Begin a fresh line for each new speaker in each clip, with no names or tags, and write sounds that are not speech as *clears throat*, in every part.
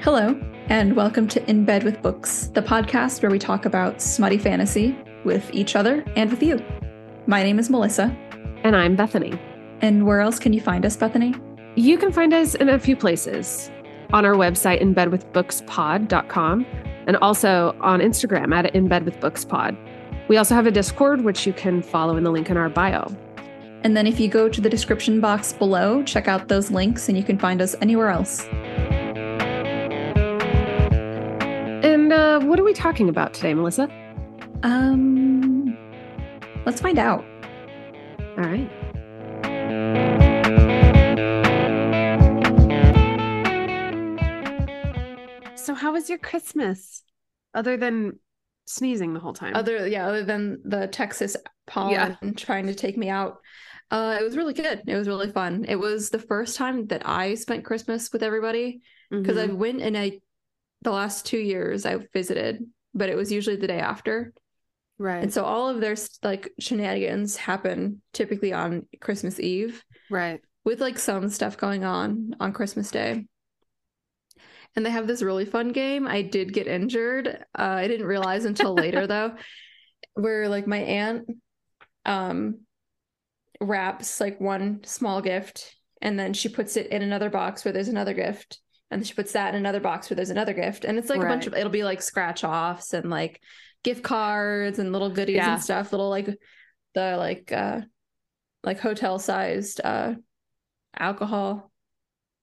Hello, and welcome to In Bed with Books, the podcast where we talk about smutty fantasy with each other and with you. My name is Melissa,
And I'm Bethany.
and where else can you find us, Bethany?
You can find us in a few places on our website, inbedwithbookspod.com, and also on Instagram at inbedwithbookspod. We also have a Discord, which you can follow in the link in our bio.
And then if you go to the description box below, check out those links and you can find us anywhere else.
And uh, what are we talking about today, Melissa?
Um, let's find out.
All right. So, how was your Christmas other than sneezing the whole time?
Other, yeah, other than the Texas pollen trying to take me out, uh, it was really good. It was really fun. It was the first time that I spent Christmas with everybody.
Mm-hmm.
because I went and I the last two years I visited, but it was usually the day after,
right.
and so all of their like shenanigans happen typically on Christmas Eve,
Right.
with like some stuff going on on Christmas Day. And they have this really fun game. I did get injured. Uh, I didn't realize until later though, where like my aunt um wraps like one small gift and then she puts it in another box where there's another gift and she puts that in another box where there's another gift and it's like a bunch of
Right.
it'll be like scratch offs and like gift cards and little goodies
Yeah.
and stuff little like the like uh like hotel sized uh alcohol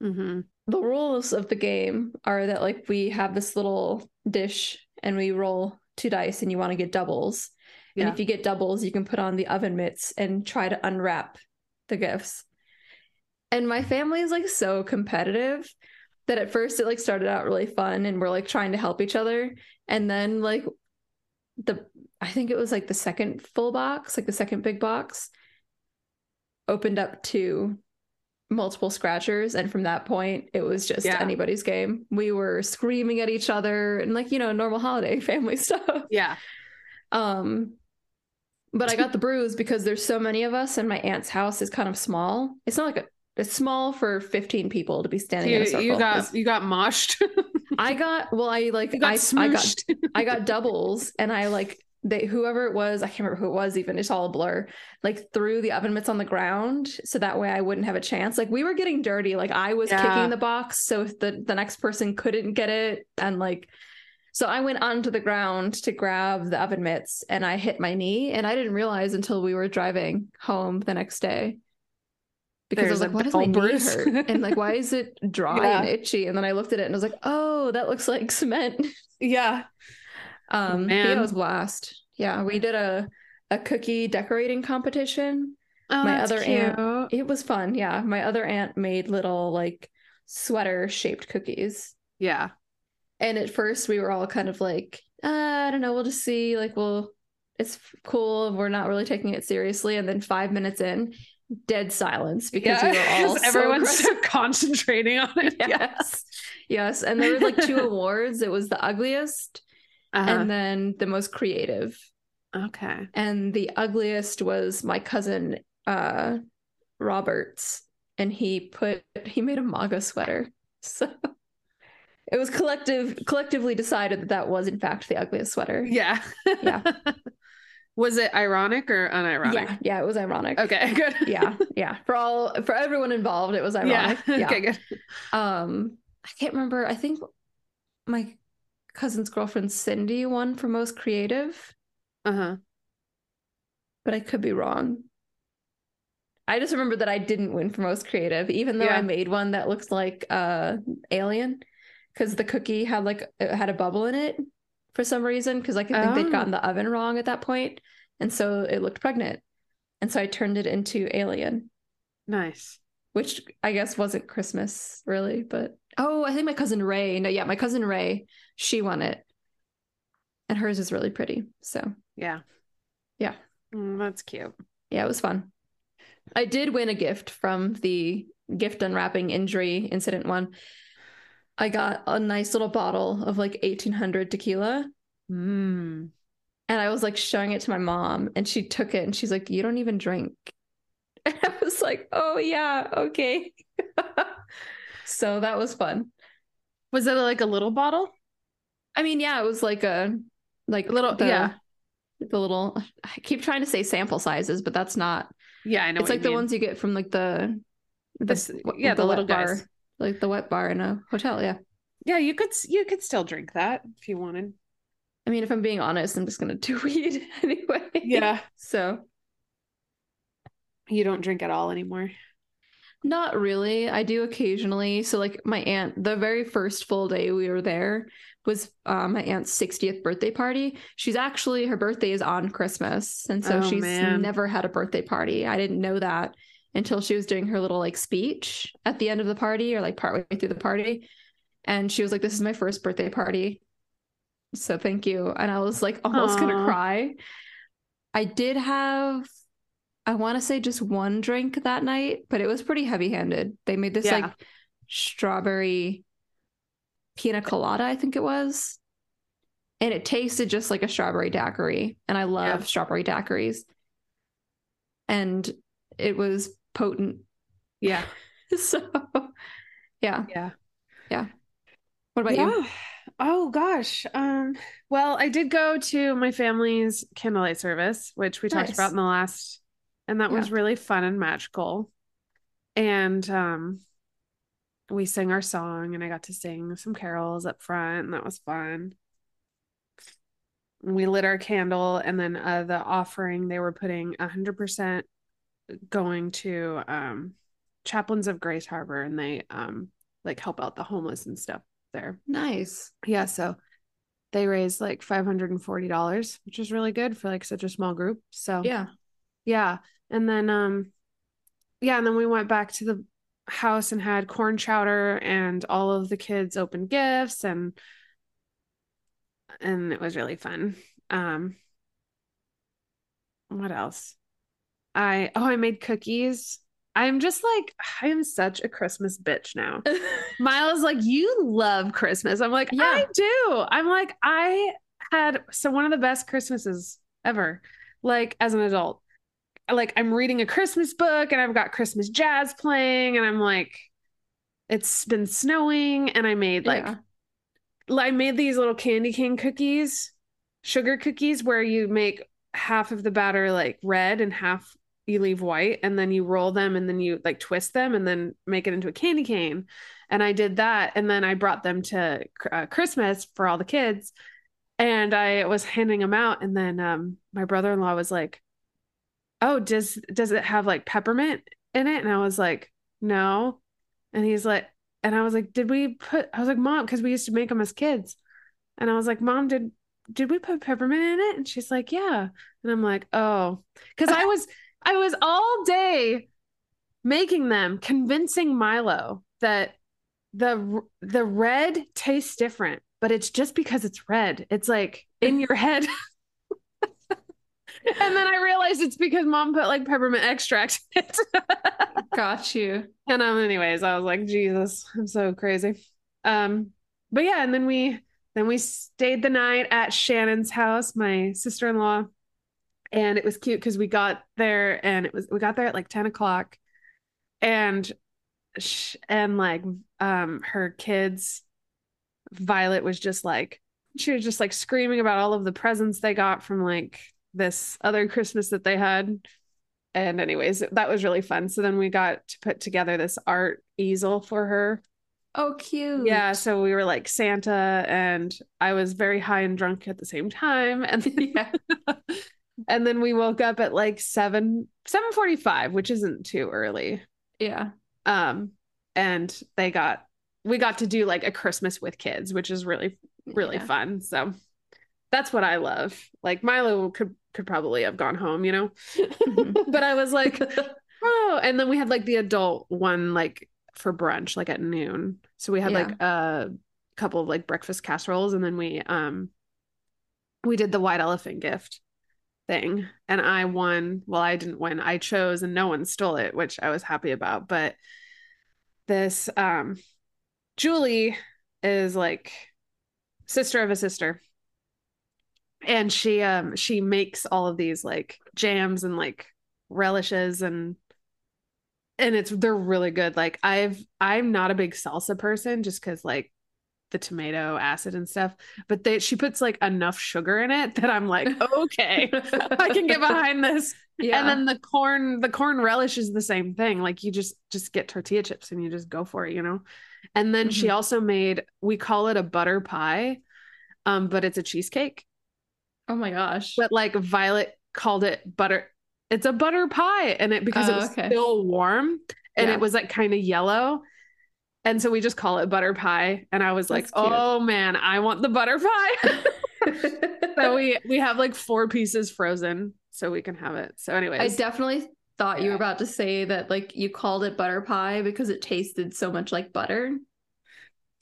Mm-hmm.
the rules of the game are that like we have this little dish and we roll two dice and you want to get doubles. And
Yeah.
if you get doubles, you can put on the oven mitts and try to unwrap the gifts. And my family is like so competitive that at first it like started out really fun and we're like trying to help each other. And then like the I think it was like the second full box, like the second big box opened up to multiple scratchers and from that point it was just
Yeah.
anybody's game we were screaming at each other and like you know normal holiday *laughs* family stuff
Yeah.
um but i got the bruise because there's so many of us and my aunt's house is kind of small it's not like a it's small for 15 people to be standing in a
You,
circle
you got you got moshed. *laughs*
i got well i like
you got
I, I got
smooshed. *laughs*
I got doubles and I like they whoever it was, I can't remember who it was even, it's all a blur, like threw the oven mitts on the ground so that way I wouldn't have a chance. Like we were getting dirty. Like I was
Yeah.
kicking the box so if the, the next person couldn't get it and like so I went onto the ground to grab the oven mitts and I hit my knee and I didn't realize until we were driving home the next day. Because I was
There's
like,
a
why does my knee
bruise."
hurt? And like, why is
*laughs*
it dry
Yeah.
and itchy? And then I looked at it and I was like, oh, that looks like cement.
yeah.
Um, but yeah, it
Oh, man.
was a blast. Yeah, we did a a cookie decorating competition.
Oh,
My
that's
other
cute.
aunt- It was fun. Yeah, my other aunt made little like sweater shaped cookies,
Yeah.
and at first we were all kind of like, uh, I don't know, we'll just see. Like, we'll it's f- cool. We're not really taking it seriously. And then five minutes in, dead silence because
*laughs*
we
Yeah.
were all
'Cause
so
everyone's
aggressive.
so *laughs* concentrating on
*laughs*
it.
Yes. Yes, and there were like
*laughs*
two awards. It was the ugliest
Uh-huh.
and then the most creative.
okay.
and the ugliest was my cousin uh Roberts and he put he made a MAGA sweater *laughs* so it was collective collectively decided that that was in fact the ugliest sweater
*laughs* Yeah.
Yeah.
Was it ironic or unironic?
yeah yeah it was ironic
Okay. *laughs* Good.
*laughs* yeah yeah for all for everyone involved it was
*laughs*
ironic
Yeah. Okay. Good.
um I can't remember I think my cousin's girlfriend Cindy won for most creative
Uh huh.
but I could be wrong. I just remember that I didn't win for most creative, even though I
Yeah.
made one that looked like uh alien because the cookie had like it had a bubble in it for some reason because like I think
Oh.
they'd gotten the oven wrong at that point, and so it looked pregnant, and so I turned it into alien,
Nice.
which I guess wasn't Christmas really, but oh, I think my cousin Ray. No, yeah, my cousin Ray, she won it, and hers is really pretty. So
Yeah.
Yeah.
Mm, that's cute.
Yeah, it was fun. I did win a gift from the gift unwrapping injury incident one. I got a nice little bottle of like 1800 tequila
Mm.
and I was like showing it to my mom and she took it and she's like, You don't even drink. *laughs* And I *laughs* was like, Oh, yeah, okay. so that was fun.
Was it like a little bottle?
I mean, yeah, it was like a like
Little-
the,
yeah.
the little. I keep trying to say sample sizes, but that's not.
Yeah, I know.
it's like the ones you get from like the
This-
what-
yeah, the
wet
little guys.
bar, like the wet bar in a hotel. Yeah,
Yeah, you could s- you could still drink that if you wanted.
I mean, if I'm being honest, I'm just gonna *laughs* do weed anyway.
Yeah,
So
you don't drink at all anymore.
Not really. I do occasionally. So like my aunt, the very first full day we were there was uh, my aunt's 60th birthday party. She's actually her birthday is on Christmas, and so
Oh,
she's
man.
never had a birthday party. I didn't know that until she was doing her little like speech at the end of the party or like partway through the party, and she was like, "This is my first birthday party, so thank you." And I was like almost
Aw.
gonna cry. I did have I want to say just one drink that night, but it was pretty heavy handed. They made this
Yeah.
like strawberry pina colada, I think it was. And it tasted just like a strawberry daiquiri. And I love
Yeah.
strawberry daiquiris. And it was potent. *laughs*
Yeah,
So, yeah.
yeah,
What about you?
yeah. Oh gosh. Um. Well, I did go to my family's candlelight service, which we talked
Nice.
about in the last, and that was really fun and magical. And um, we sang our song, and I got to sing some carols up front, and that was fun. We lit our candle, and then uh, the offering they were putting hundred percent going to um chaplains of Grace Harbor, and they um like help out the homeless and stuff there.
Nice.
Yeah, so they raised like $540, which is really good for like such a small group. So
Yeah.
yeah. And then um yeah, and then we went back to the house and had corn chowder and all of the kids opened gifts and and it was really fun. Um what else? I oh I made cookies. I'm just like *sighs* I am such a Christmas bitch now. *laughs* Miles, like, you love Christmas. I'm like,
Yeah.
I do. I'm like, I had so one of the best Christmases ever, like, as an adult. Like, I'm reading a Christmas book and I've got Christmas jazz playing, and I'm like, it's been snowing, and I made like,
Yeah.
l- I made these little candy cane cookies, sugar cookies, where you make half of the batter like red and half you leave white, and then you roll them and then you like twist them and then make it into a candy cane. And I did that, and then I brought them to uh, Christmas for all the kids, and I was handing them out, and then um, my brother in law was like, "Oh, does does it have like peppermint in it?" And I was like, "No," and he's like. And I was like, did we put, I was like, mom, because we used to make them as kids. And I was like, mom, did, did we put peppermint in it? And she's like, yeah. And I'm like, oh, because I was, I was all day making them, convincing Milo that the, the red tastes different, but it's just because it's red. It's like in your head. *laughs* and then I realized it's because mom put like peppermint extract in it.
Got you.
And um, anyways, I was like, Jesus, I'm so crazy. Um, but yeah, and then we then we stayed the night at Shannon's house, my sister in law, and it was cute because we got there and it was we got there at like ten o'clock, and sh- and like um her kids, Violet was just like she was just like screaming about all of the presents they got from like this other Christmas that they had. And anyways, that was really fun. So then we got to put together this art easel for her.
Oh, cute.
Yeah, so we were like Santa and I was very high and drunk at the same time and then,
*laughs*
*laughs*
Yeah.
and then we woke up at like 7 7:45, which isn't too early.
Yeah.
Um and they got we got to do like a Christmas with kids, which is really really
Yeah.
fun. So that's what I love. Like Milo could could probably have gone home, you know.
Mhm.
but I was like Oh, and then we had like the adult one like for brunch like at noon. So we had
Yeah.
like a couple of like breakfast casseroles and then we um we did the white elephant gift thing and I won. Well, I didn't win. I chose and no one stole it, which I was happy about, but this um Julie is like sister of a sister. And she um she makes all of these like jams and like relishes and and it's they're really good. Like I've I'm not a big salsa person just cuz like the tomato acid and stuff, but they, she puts like enough sugar in it *laughs* that I'm like, okay, *laughs* I can get behind this.
Mm-hmm. Yeah.
And then the corn, the corn relish is the same thing. Like you just just get tortilla chips and you just go for it, you know. And then she
Mhm.
also made we call it a butter pie, um, but it's a cheesecake.
oh my gosh.
But like Violet called it butter. It's a butter pie, and it because it
Oh,
was
okay.
still warm and
Yeah.
it was like kind of yellow. And so we just call it butter pie. And I was like,
That's cute.
oh man, I want the butter pie.
*laughs*
*laughs* so we we have like four pieces frozen so we can have it. So
I
anyways,
definitely thought you
Yeah.
were about to say that like you called it butter pie because it tasted so much like butter.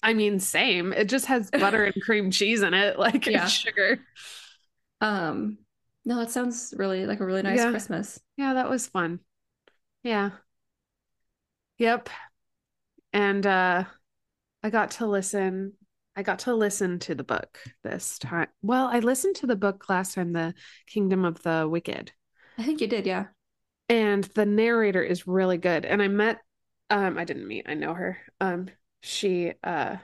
I mean, same. It just has butter and cream cheese in it, *laughs* like
Yeah.
and sugar.
Um no, it sounds really like a really nice
Yeah.
Christmas.
Yeah, that was fun. Yeah. Yep. And uh I got to listen I got to listen to the book this time. Well, I listened to the book last time, The Kingdom of the Wicked.
I think you did, yeah.
And the narrator is really good. And I met um I didn't meet, I know her. Um she uh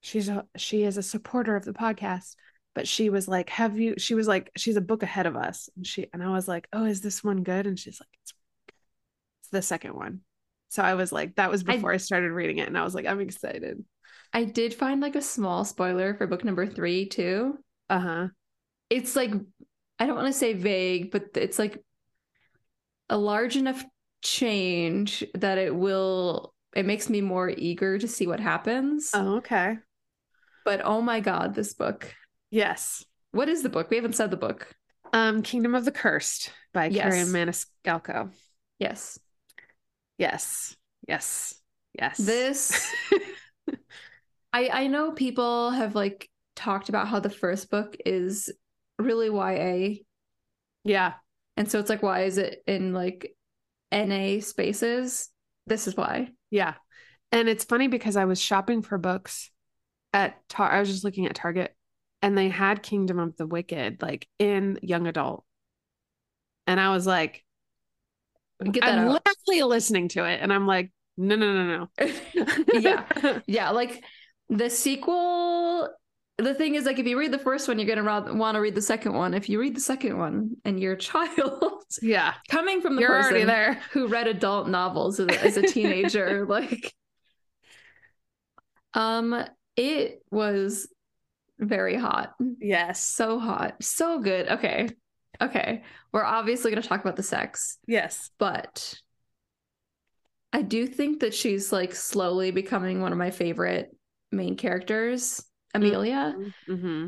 she's a, she is a supporter of the podcast but she was like have you she was like she's a book ahead of us and she and i was like oh is this one good and she's like it's, it's the second one so i was like that was
I-
before I, started reading it and i was like i'm excited
I did find like a small spoiler for book number 3 too.
uh-huh
It's like I don't want to say vague, but it's like a large enough change that it will it makes me more eager to see what happens.
oh okay
But oh my god, this book.
yes
What is the book? We haven't said the book.
um kingdom of the cursed by
Yes.
karen maniscalco
Yes.
yes yes yes *laughs*
This I I know people have like talked about how the first book is really YA
yeah
and so it's like why is it in like NA spaces? This is why.
Yeah. And it's funny because I was shopping for books at Tar I was just looking at Target and they had Kingdom of the Wicked like in young adult. And I was like,
Get that
I'm
out.
literally listening to it and I'm like, no, no, no,
*laughs*
no. *laughs*
Yeah. yeah, like the sequel the thing is like if you read the first one you're going to want to read the second one. If you read the second one and you're a *laughs* child
yeah.
coming from the
You're
person
already there.
who read adult novels as a, as a
*laughs*
teenager like um it was very hot
Yes.
so hot so good okay okay we're obviously going to talk about the sex
Yes.
but i do think that she's like slowly becoming one of my favorite main characters
Mm.
amelia
Mm-hmm.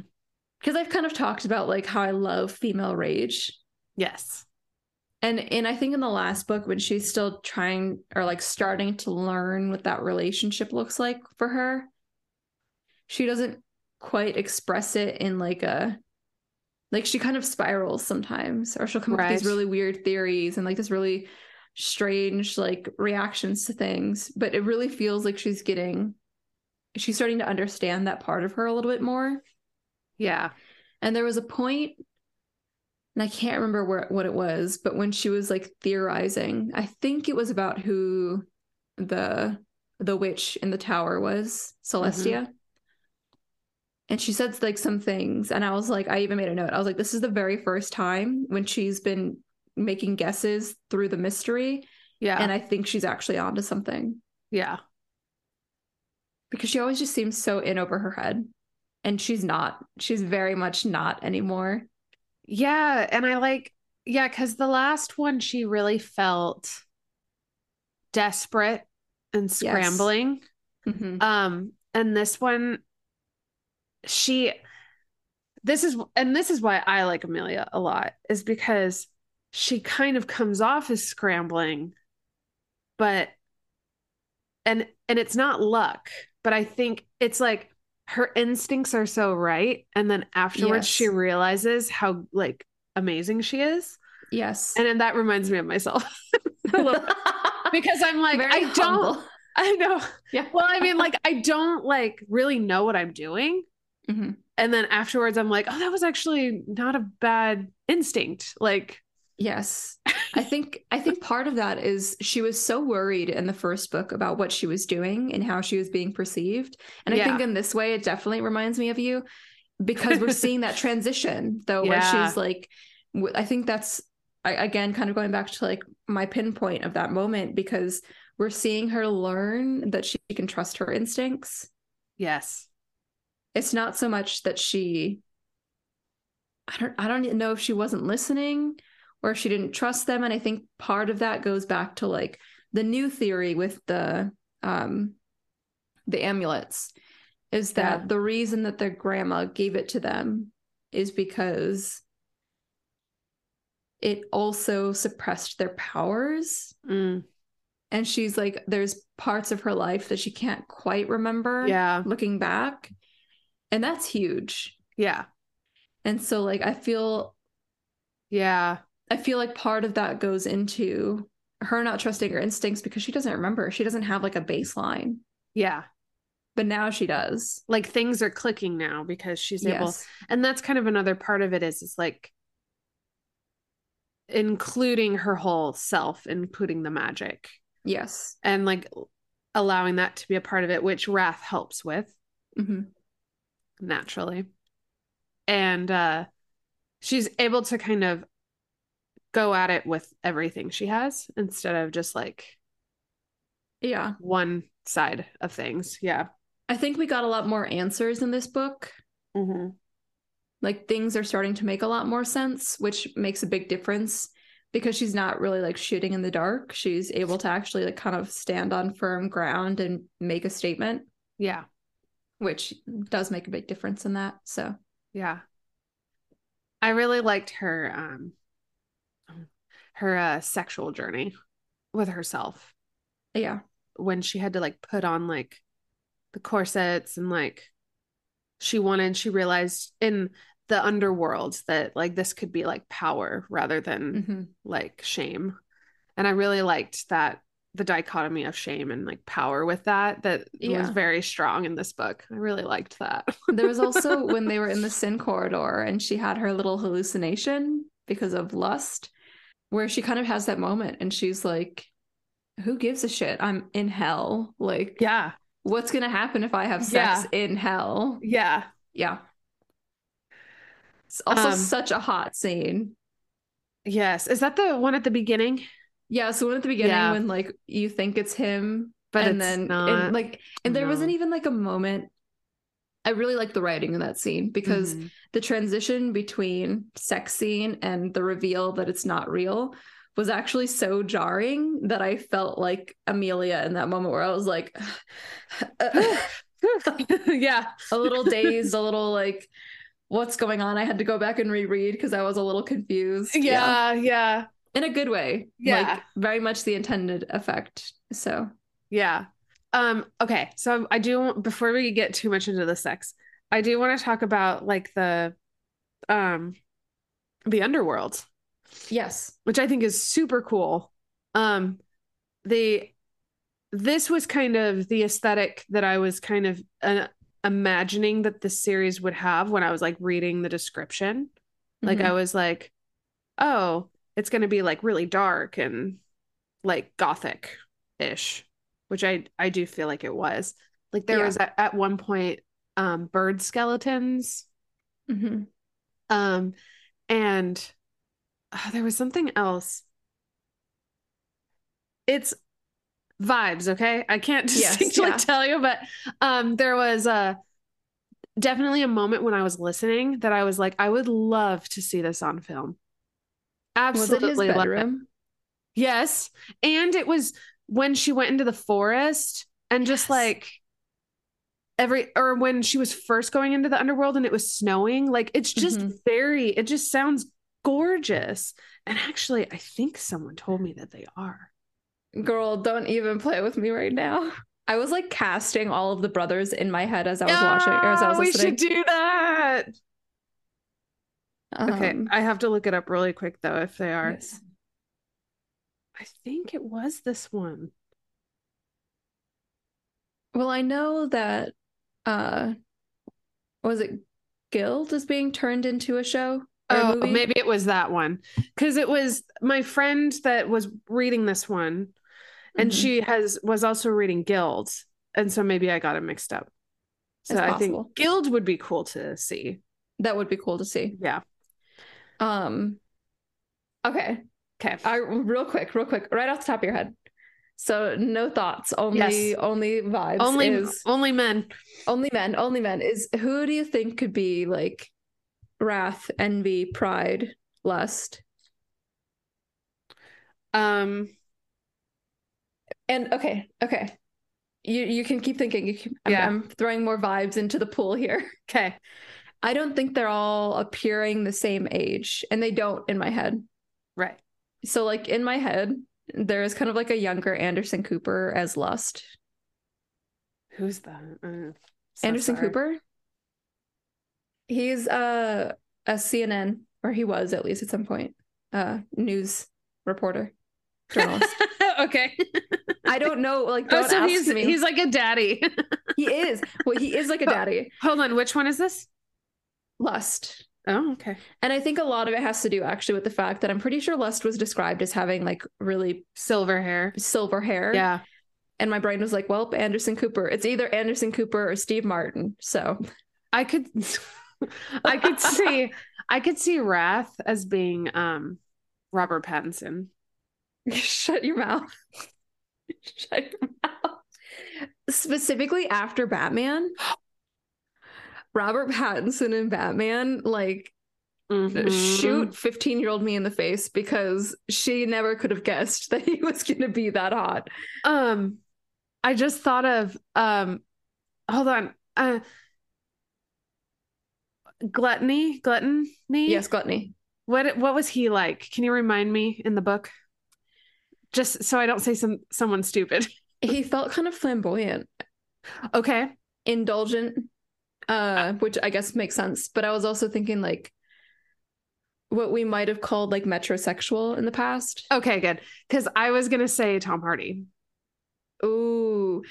because i've kind of talked about like how i love female rage
Yes.
and and i think in the last book when she's still trying or like starting to learn what that relationship looks like for her she doesn't quite express it in like a like she kind of spirals sometimes or she'll come up with these
Right.
really weird theories and like this really strange like reactions to things but it really feels like she's getting she's starting to understand that part of her a little bit more
Yeah.
and there was a point, and I can't remember where what it was, but when she was like theorizing, I think it was about who the the witch in the tower was, Celestia. And she said like some things, and I was like, I even made a note. I was like, this is the very first time when she's been making guesses through the mystery,
Yeah.
and I think she's actually onto something
yeah.
because she always just seems so in over her head, and she's not. She's very much not anymore.
Yeah, and I like yeah, because the last one she really felt desperate and scrambling.
Mhm.
Um, and this one she this is and this is why I like Amelia a lot, is because she kind of comes off as scrambling, but and and it's not luck, but I think it's like her instincts are so right, and then afterwards she
Yes.
realizes how like amazing she is.
Yes.
And then that reminds me of myself. *laughs*
*laughs*
I love it. because I'm like,
Very
I don't
humble.
*laughs* I know.
Yeah.
Well, I mean, like, I don't like really know what I'm doing.
Mhm.
And then afterwards, I'm like, oh, that was actually not a bad instinct. Like,
Yes. I think I think part of that is she was so worried in the first book about what she was doing and how she was being perceived. And I
Yeah.
think in this way it definitely reminds me of you because we're seeing
*laughs*
that transition though where
Yeah.
she's like w- I think that's I, again kind of going back to like my pinpoint of that moment because we're seeing her learn that she can trust her instincts.
Yes.
It's not so much that she I don't I don't know if she wasn't listening or if she didn't trust them. And I think part of that goes back to like the new theory with the um the amulets is that
Yeah.
the reason that their grandma gave it to them is because it also suppressed their powers.
Mm.
And she's like, there's parts of her life that she can't quite remember
Yeah.
looking back. And that's huge.
Yeah.
And so like I feel
Yeah.
I feel like part of that goes into her not trusting her instincts because she doesn't remember. She doesn't have like a baseline,
Yeah.
but now she does.
Like things are clicking now because she's able
Yes.
and that's kind of another part of it is it's like including her whole self including the magic
Yes.
and like allowing that to be a part of it which wrath helps with
hmm
naturally and uh she's able to kind of go at it with everything she has instead of just like
Yeah.
one side of things yeah
I think we got a lot more answers in this book.
mm-hmm.
Like things are starting to make a lot more sense, which makes a big difference because she's not really like shooting in the dark. She's able to actually like kind of stand on firm ground and make a statement,
yeah
which does make a big difference in that. So,
yeah i really liked her um her uh sexual journey with herself
yeah.
when she had to like put on like the corsets and like she wanted she realized in the underworld that like this could be like power rather than
hmm
like shame and i really liked that the dichotomy of shame and like power with that that was
Yeah.
very strong in this book i really liked that *laughs*
There was also when they were in the sin corridor and she had her little hallucination because of lust, where she kind of has that moment and she's like, Who gives a shit? I'm in hell. Like,
yeah
what's going to happen if I have sex in hell?
yeah
Yeah. It's also
Um,
such a hot scene.
yes is that the one at the beginning
Yeah. So, when at the beginning,
Yeah.
when like you think it's him,
but
and
it's
then
not
and, like, and there
No.
wasn't even like a moment. I really like the writing in that scene because
Mhm.
the transition between sex scene and the reveal that it's not real was actually so jarring that I felt like Amelia in that moment where I was like
*laughs*
*sighs*
yeah
a
*laughs*
little dazed, a little like, what's going on? I had to go back and reread because I was a little confused.
yeah yeah
In a good way.
Yeah.
Like very much the intended effect. So
Yeah. Um, okay. So I do before we get too much into the sex, I do want to talk about like the um the underworld,
yes.
which I think is super cool. Um the this was kind of the aesthetic that I was kind of uh, imagining that the series would have when I was like reading the description. Like
Mhm.
I was like, oh, it's gonna be like really dark and like gothic ish, which I I do feel like it was. Like there
Yeah.
was at, at one point um bird skeletons,
Mhm.
um, and oh, there was something else. It's vibes, okay? I can't *laughs*
Yes,
distinctly
yeah.
tell you, but um there was a definitely a moment when I was listening that I was like, I would love to see this on film.
Was it
Absolutely
his
love it.
bedroom?
Yes. And it was when she went into the forest and just
Yes.
like every or when she was first going into the underworld and it was snowing. Like it's just
Mhm.
very, it just sounds gorgeous. And actually, I think someone told me that they are.
Girl, don't even play with me right now. *laughs* I was like casting all of the brothers in my head as I was watching or as I was
Ah, we
listening.
should do that. Okay.
Um,
I have to look it up really quick though if they are.
yes.
I think it was this one.
Well, I know that uh was it Guild is being turned into a show? or
Oh,
movie?
maybe it was that one. Because it was my friend that was reading this one, and
Mhm.
she has was also reading Guild. And so maybe I got it mixed up. So
It's
I
possible.
think Guild would be cool to see.
that would be cool to see.
Yeah.
Um, okay.
Okay.
I real quick, real quick, right off the top of your head. So no thoughts, only
Yes.
only vibes.
only
is,
only men.
only men, only men is who do you think could be like wrath, envy, pride, lust?
Um
And okay, okay. You you can keep thinking. You can, I'm-
Yeah.
I'm throwing more vibes into the pool here. *laughs*
okay.
I don't think they're all appearing the same age, and they don't in my head.
Right.
So like in my head, there is kind of like a younger Anderson Cooper as lust.
Who's that? Uh, so
Anderson
sorry.
Cooper. He's uh, a CNN, or he was at least at some point, uh, news reporter, journalist.
*laughs* *laughs* okay.
I don't know. Like,
Oh,
don't
so
ask
he's
me.
he's like a daddy. *laughs*
he is well, he is like a
Oh.
daddy.
Hold on, which one is this?
Lust,
Oh, okay.
and I think a lot of it has to do actually with the fact that I'm pretty sure Lust was described as having like really
Silver hair.
silver hair.
Yeah.
And my brain was like, "Well, Anderson Cooper. It's either Anderson Cooper or Steve Martin." So
I could *laughs* I could see I could see Wrath as being um Robert Pattinson.
*laughs* Shut your mouth. *laughs* Shut your mouth. Specifically after Batman, *gasps* Robert Pattinson and Batman, like, shoot 15 year old me in the face because she never could have guessed *laughs* that he was going to be that hot.
Um I just thought of um hold on. Uh Gluttony, gluttony.
Yes, Gluttony.
What what was he like? Can you remind me in the book? Just so I don't say some someone stupid. *laughs*
He felt kind of flamboyant,
Okay.
indulgent, uh, which I guess makes sense. But I was also thinking, like, what we might have called like metrosexual in the past.
Okay, good. Cuz I was going to say Tom Hardy.
Ooh,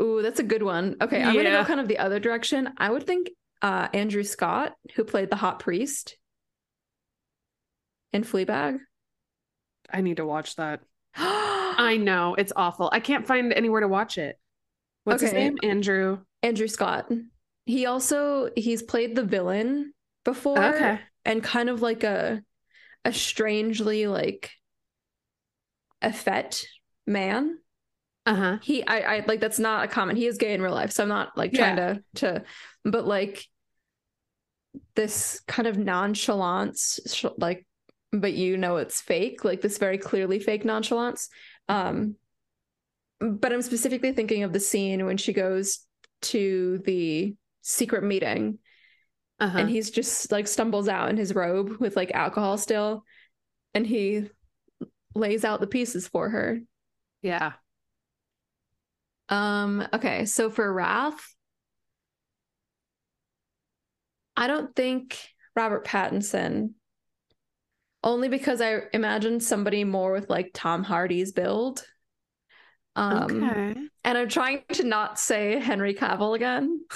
ooh, that's a good one. Okay, I'm gonna
Yeah.
go kind of the other direction. I would think uh Andrew Scott, who played the hot priest in
*gasps*
Fleabag. *gasps*
I need to watch that.
I
I know it's awful. I can't find anywhere to watch it. What's his
Okay.
name? Andrew.
Andrew Scott. He also he's played the villain before
Okay.
and kind of like a a strangely like effete man.
Uh huh.
he I, I like that's not a comment he is gay in real life so i'm not like trying to to but like this kind of nonchalance sh- like but you know it's fake like this very clearly fake nonchalance um but i'm specifically thinking of the scene when she goes to the secret meeting
Uh huh.
and he's just like stumbles out in his robe with like alcohol still and he lays out the pieces for her
Yeah.
Um, okay, so for Wrath, I don't think Robert Pattinson, only because I imagine somebody more with like Tom Hardy's build. Um,
okay. *laughs*
and I'm trying to not say Henry Cavill again.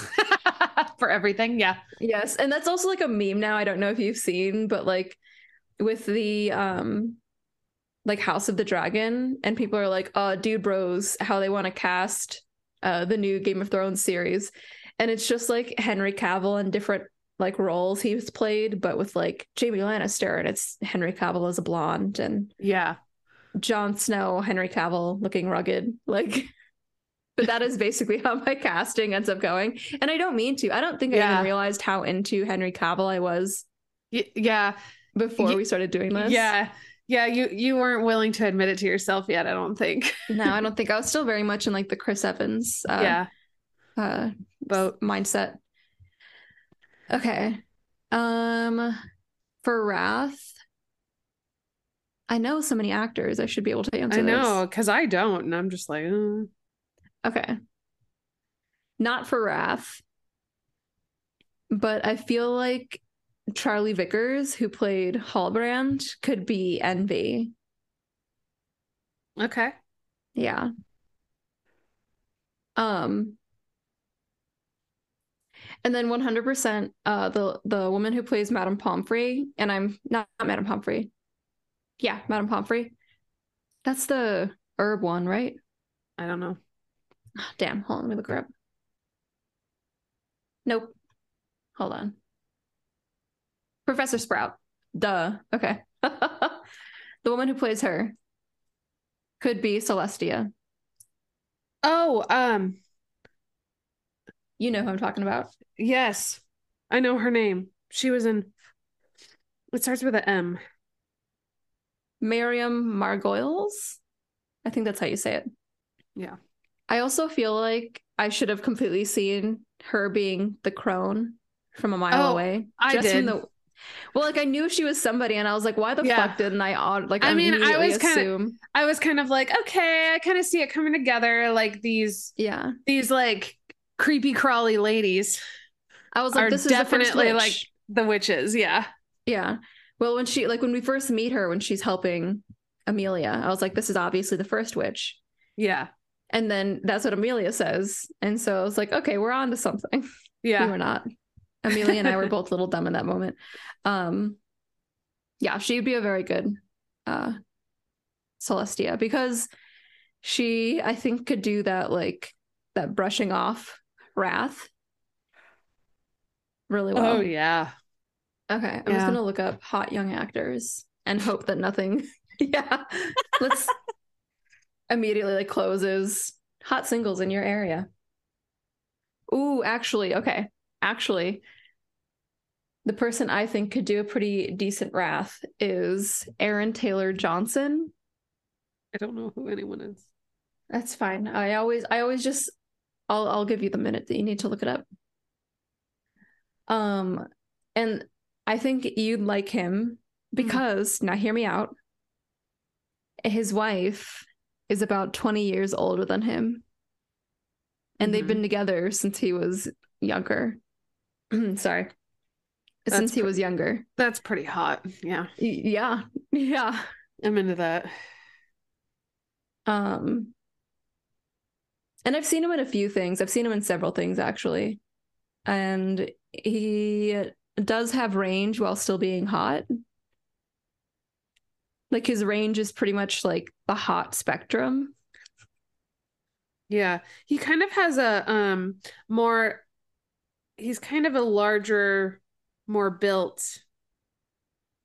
For everything. Yeah.
Yes, and that's also like a meme now. I don't know if you've seen, but like with the um like House of the Dragon and people are like, "Uh, dude bros, how they want to cast uh the new Game of Thrones series." And it's just like Henry Cavill in different like roles he's played, but with like Jamie Lannister and it's Henry Cavill as a blonde and
Yeah.
Jon Snow, Henry Cavill looking rugged. Like, *laughs* but that is basically how my casting ends up going. And I don't mean to. I don't think I
Yeah.
even realized how into Henry Cavill I was
Y- yeah.
before
Ye-
we started doing this.
Yeah. Yeah. You you weren't willing to admit it to yourself yet. I don't think. *laughs*
No, I don't think I was still very much in like the Chris Evans uh,
yeah.
uh,
Boat.
mindset. Okay. Um, for Wrath, I know so many actors. I should be able to answer.
I
this.
know because I don't, and I'm just like, uh,
Okay. Not for Wrath, but I feel like Charlie Vickers, who played Hallbrand, could be Envy.
okay.
Yeah. Um, And then 100% uh, the the woman who plays Madame Pomfrey, and I'm not, not Madame Pomfrey. Yeah, Madame Pomfrey. That's the herb one, right?
I don't know.
Damn, hold on, let me look her up. Nope. Hold on. Professor Sprout. Duh. Okay. *laughs* the woman who plays her could be Celestia.
Oh, um,
You know who I'm talking about.
yes. I know her name. She was in it starts with a M.
Miriam Margoyles. I think that's how you say it.
Yeah.
I also feel like I should have completely seen her being the crone from a mile
Oh,
away.
I
Just from
did.
the- well, like I knew she was somebody, and I was like, why the
Yeah.
fuck didn't I? au- Like,
I mean, I
immediately
was kinda-
assume-
I was kind of like, okay, I kind of see it coming together like these
yeah.
these like creepy crawly ladies
I was like,
are
this is
definitely
the first witch.
like the witches, yeah.
yeah. Well, when she like when we first meet her when she's helping Amelia, I was like, this is obviously the first witch,
Yeah.
and then that's what Amelia says, and so I was like, okay, we're on to something. we
Yeah.
were not amelia and i were both a little dumb in that moment um yeah she'd be a very good uh celestia because she i think could do that like that brushing off wrath really well
Oh yeah.
okay i'm
yeah.
just gonna look up hot young actors and hope that nothing *laughs* yeah let's immediately like closes hot singles in your area ooh actually okay actually the person i think could do a pretty decent wrath is aaron taylor johnson
I don't know who anyone is.
that's fine i always i always just i'll i'll give you the minute that you need to look it up um and i think you'd like him because now hear me out his wife is about 20 years older than him and they've
Mhm.
been together since he was younger *clears throat* sorry
That's
since he
pre-
was younger
That's pretty hot. Yeah.
Y- yeah *laughs* yeah
I'm into that.
um and i've seen him in a few things i've seen him in several things actually and he does have range while still being hot like his range is pretty much like the hot spectrum
Yeah. He kind of has a um more he's kind of a larger, more built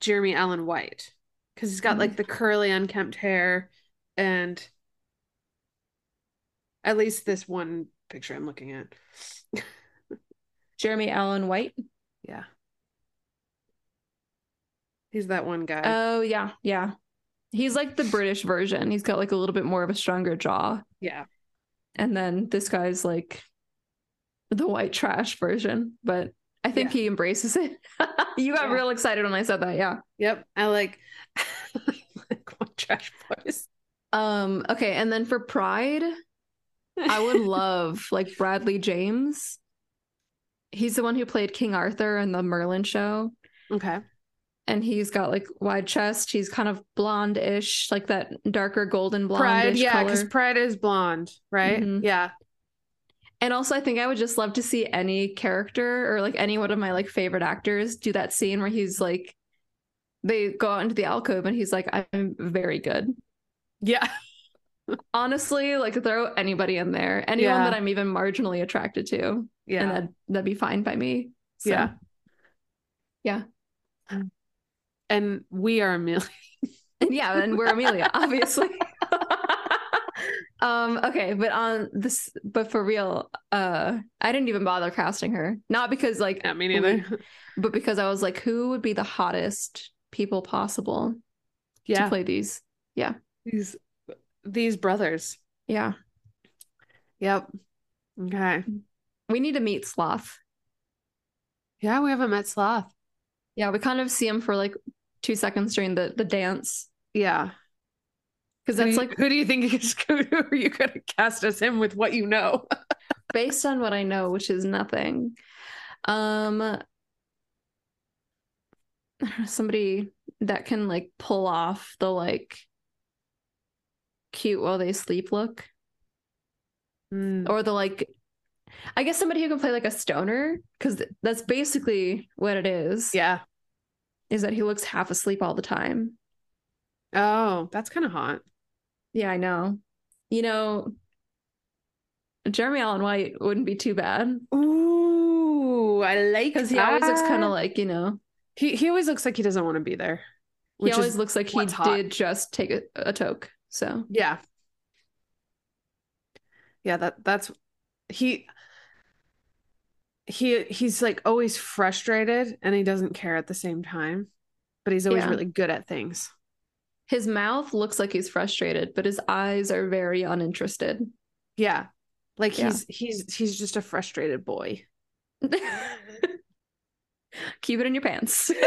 Jeremy Allen White cuz he's got
Mm.
like the curly unkempt hair and at least this one picture I'm looking at.
Jeremy Allen White.
Yeah. He's that one guy.
Oh yeah, yeah. He's like the British version. He's got like a little bit more of a stronger jaw,
yeah.
and then this guy's like the white trash version. But I think he embraces it. *laughs* you got
Yeah.
real excited when I said that. Yeah.
Yep. I like *laughs* like one trash voice.
Um. Okay. And then for Pride, I would love like Bradley James. He's the one who played King Arthur in the Merlin show.
*laughs* Okay.
And he's got like wide chest. He's kind of blonde-ish, like that darker golden blonde.
Pride, yeah,
color.
because Pride is blonde, right?
Mhm.
Yeah.
And also, I think I would just love to see any character or like any one of my like favorite actors do that scene where he's like, they go out into the alcove and he's like, I'm very good.
Yeah.
Honestly, like throw anybody in there, anyone
Yeah.
that I'm even marginally attracted to,
Yeah.
and that'd, that'd be fine by me. So,
Yeah.
Yeah.
And we are Amelia.
*laughs* And yeah, and we're Amelia, obviously. *laughs* um, okay, but on this, but for real, uh, I didn't even bother casting her, not because like
*laughs* Yeah, me
neither.
neither.
but because I was like, who would be the hottest people possible to
*laughs* Yeah.
play these?
These these brothers.
Yeah,
Yep. Okay.
we need to meet Sloth.
Yeah, we haven't met Sloth.
Yeah, we kind of see him for like two seconds during the the dance
Yeah.
because
Who do
that's
you-
like
who do you think is *laughs* who are you gonna cast as him with what you know? *laughs*
based on what I know, which is nothing. Um, *sighs* somebody that can like pull off the like cute while they sleep look
Mm,
or the like I guess somebody who can play like a stoner, because that's basically what it is.
Yeah.
Is that he looks half asleep all the time.
Oh, that's kind of hot.
Yeah, I know. You know, Jeremy Allen White wouldn't be too bad.
Ooh, I like
Because he always looks kind of like, you know,
he he always looks like he doesn't want to be there.
he always looks like he
what's hot.
did just take a, a toke. So
yeah, yeah. That that's he he he's like always frustrated and he doesn't care at the same time, but he's always
Yeah.
really good at things.
his mouth looks like he's frustrated, but his eyes are very uninterested. *laughs*
Yeah, like
Yeah.
he's he's he's just a frustrated boy.
Keep it in your pants. *laughs*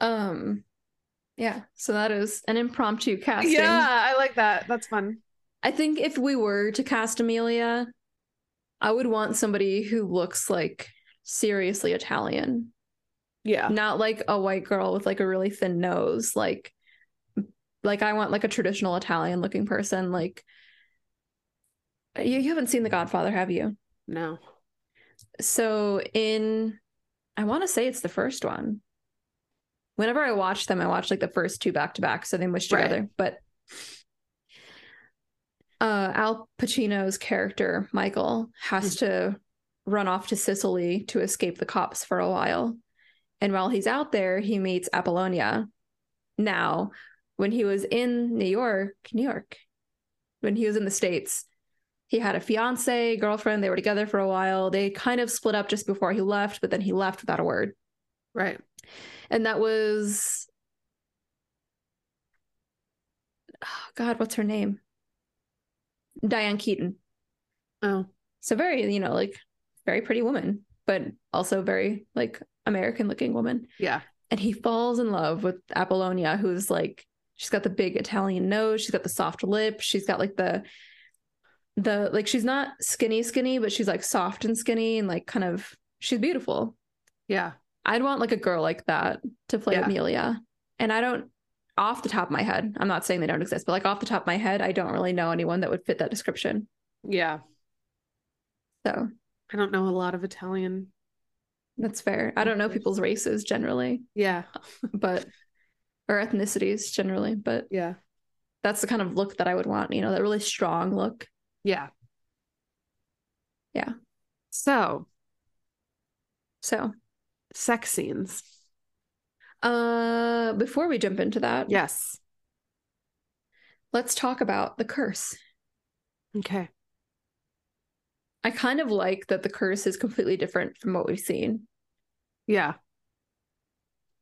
um yeah, so that is an impromptu casting.
Yeah, I like that. That's fun.
I think if we were to cast Amelia, I would want somebody who looks like seriously Italian,
Yeah,
not like a white girl with like a really thin nose. Like, like I want like a traditional Italian looking person. Like, you, you haven't seen The Godfather, have you?
no.
So in, I want to say it's the first one. Whenever I watch them, I watch like the first two back to back, so they mush
Right.
together. But uh, Al Pacino's character Michael has to run off to Sicily to escape the cops for a while, and while he's out there, he meets Apollonia. Now, when he was in New York, New York, when he was in the states, he had a fiance, girlfriend. They were together for a while. They kind of split up just before he left, but then he left without a word.
Right.
And that was, oh God, what's her name? Diane Keaton.
Oh,
So very, you know, like very pretty woman, but also very like American looking woman.
yeah.
And he falls in love with Apollonia, who's like, she's got the big Italian nose, she's got the soft lip, she's got like the the like she's not skinny skinny, but she's like soft and skinny and like kind of she's beautiful.
Yeah.
I'd want like a girl like that to play
Yeah.
Amelia. And I don't off the top of my head, I'm not saying they don't exist, but like off the top of my head, I don't really know anyone that would fit that description.
Yeah.
So
I don't know a lot of Italian.
that's fair. I don't know
Okay.
people's races generally,
Yeah.
but or ethnicities generally, but
Yeah.
that's the kind of look that I would want, you know, that really strong look.
Yeah.
Yeah.
So,
So,
sex scenes.
uh before we jump into that,
Yes.
let's talk about the curse.
Okay.
I kind of like that the curse is completely different from what we've seen
Yeah.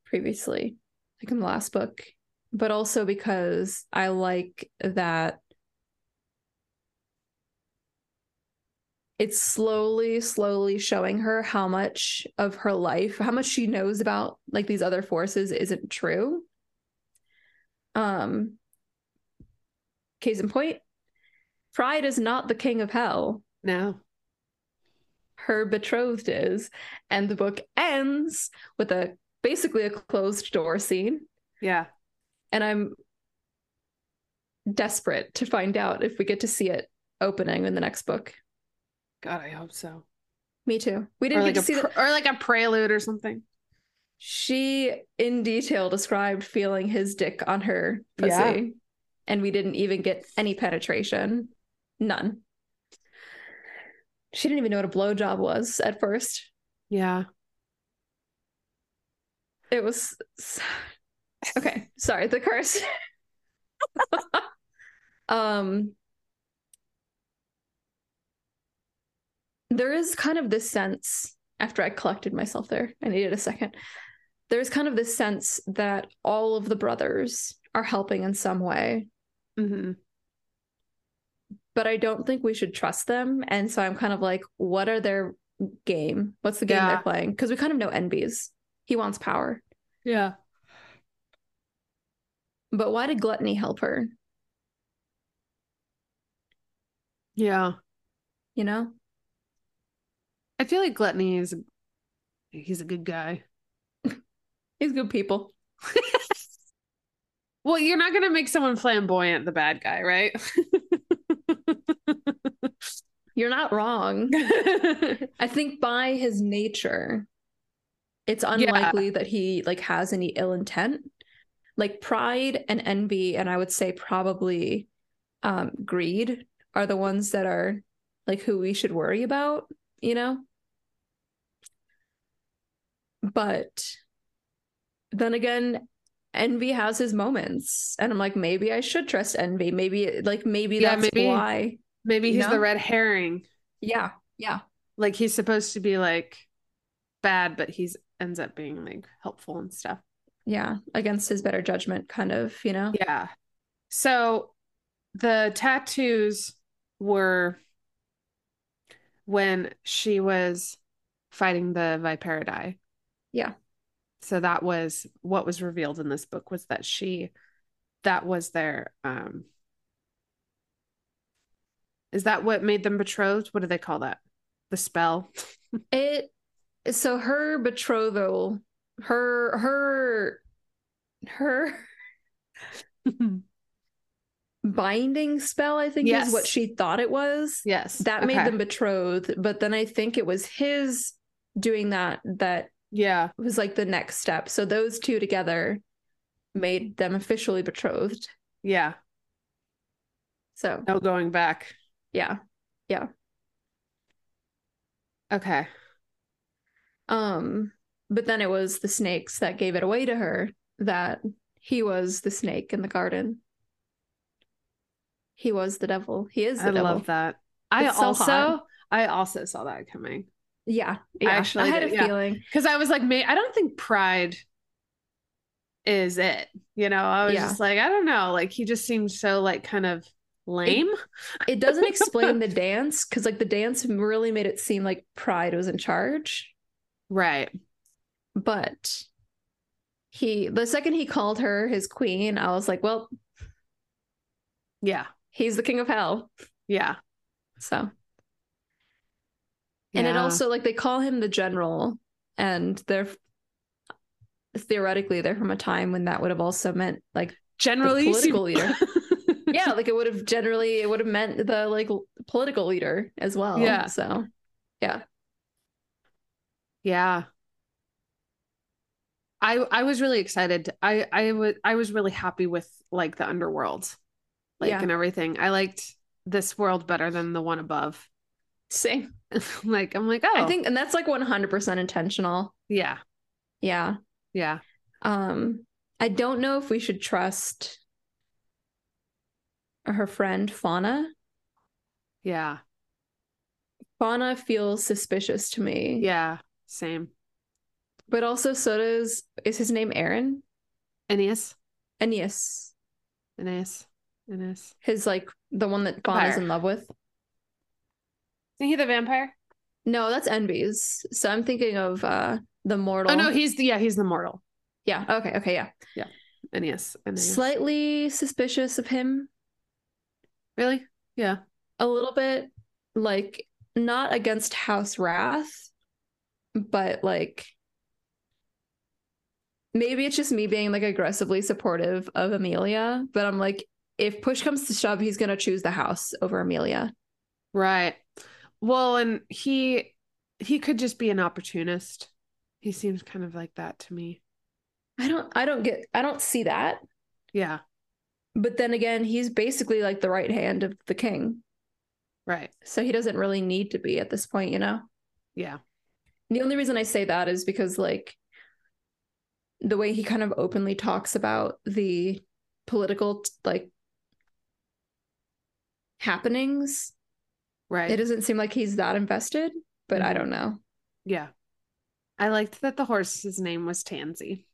previously, like in the last book, but also because I like that it's slowly, slowly showing her how much of her life, how much she knows about like these other forces isn't true. Um, case in point, Pride is not the king of hell
No.
her betrothed is and the book ends with a basically a closed door scene
Yeah.
and i'm desperate to find out if we get to see it opening in the next book
God, I hope so.
me too we
Or
didn't
like
get
a
to see
pre-
that
or like a prelude or something.
she in detail described feeling his dick on her pussy
Yeah.
and we didn't even get any penetration none she didn't even know what a blowjob was at first
Yeah.
It was okay. Sorry, the curse. *laughs* um, there is kind of this sense after I collected myself there. I needed a second. There's kind of this sense that all of the brothers are helping in some way,
hmm
but I don't think we should trust them. And so I'm kind of like, what are their game? What's the game
Yeah.
they're playing? Because we kind of know Envy's. He wants power.
Yeah.
But why did Gluttony help her?
Yeah.
You know?
I feel like Gluttony is he's a good guy.
He's good people.
Well, you're not gonna make someone flamboyant the bad guy, right? *laughs*
You're not wrong. I think by his nature, it's unlikely that he like has any ill intent. Like pride and envy, and I would say probably um, greed are the ones that are like who we should worry about, you know? But then again, envy has his moments. And I'm like, maybe I should trust envy. Maybe, like, maybe
Yeah,
that's
maybe.
why.
Maybe he's
No.
the red herring.
Yeah. Yeah.
Like he's supposed to be like bad, but he's ends up being like helpful and stuff.
Yeah. Against his better judgment, kind of, you know?
Yeah. So the tattoos were when she was fighting the Viperidae.
Yeah.
So that was what was revealed in this book was that she that was their um is that what made them betrothed? What do they call that? The spell?
*laughs* It so her betrothal, her her her *laughs* binding spell, I think
Yes.
is what she thought it was.
yes.
That made
Okay.
them betrothed, but then I think it was his doing that that
Yeah.
was like the next step. So those two together made them officially betrothed.
Yeah.
So
No going back.
yeah.
Okay.
Um, but then it was the snakes that gave it away to her that he was the snake in the garden. He was the devil. He is the
I
devil.
love that. I
It's so
also
hot.
I also saw that coming
Yeah, yeah.
actually
I had
did,
a
yeah.
feeling.
because I was like, "May I don't think pride is it." You know, I was
Yeah.
just like, I don't know. Like he just seemed so like kind of lame.
It doesn't explain the dance because like the dance really made it seem like pride was in charge.
right.
But he the second he called her his queen, I was like, Well,
Yeah.
he's the king of hell.
Yeah.
So and it
Yeah.
also like they call him the general and they're theoretically they're from a time when that would have also meant like
generally you see-
political
*laughs*
leader. yeah like it would have generally it would have meant the like l- political leader as well
Yeah.
so
yeah. I I was really excited. I I was I was really happy with like the underworld, like
Yeah.
and everything. I liked this world better than the one above. *laughs*
same
like I'm like, oh,
i think and that's like 100% intentional
yeah,
yeah
yeah.
um i don't know if we should trust her friend fauna
Yeah.
fauna feels suspicious to me
Yeah. Same.
but also so does is his name aaron
Aeneas.
aeneas
Aeneas. Aeneas.
his like the one that Fauna's
Vampire.
in love with.
Isn't he the vampire?
No, that's Envy's. So I'm thinking of uh the mortal.
Oh no, he's the yeah, he's the mortal.
yeah. Okay. Okay. Yeah.
Aeneas. Aeneas.
Slightly suspicious of him,
really? Yeah.
a little bit, like not against House Wrath, but like maybe it's just me being like aggressively supportive of Amelia. But I'm like, if push comes to shove, he's gonna choose the house over Amelia.
Right. Well, and he he could just be an opportunist. He seems kind of like that to me.
I don't. I don't get. I don't see that.
Yeah.
But then again, he's basically like the right hand of the king.
Right.
So he doesn't really need to be at this point, you know?
Yeah.
The only reason I say that is because, like, the way he kind of openly talks about the political, like, happenings,
Right.
it doesn't seem like he's that invested, but I
Mhm.
don't know.
yeah. I liked that the horse's name was Tansy.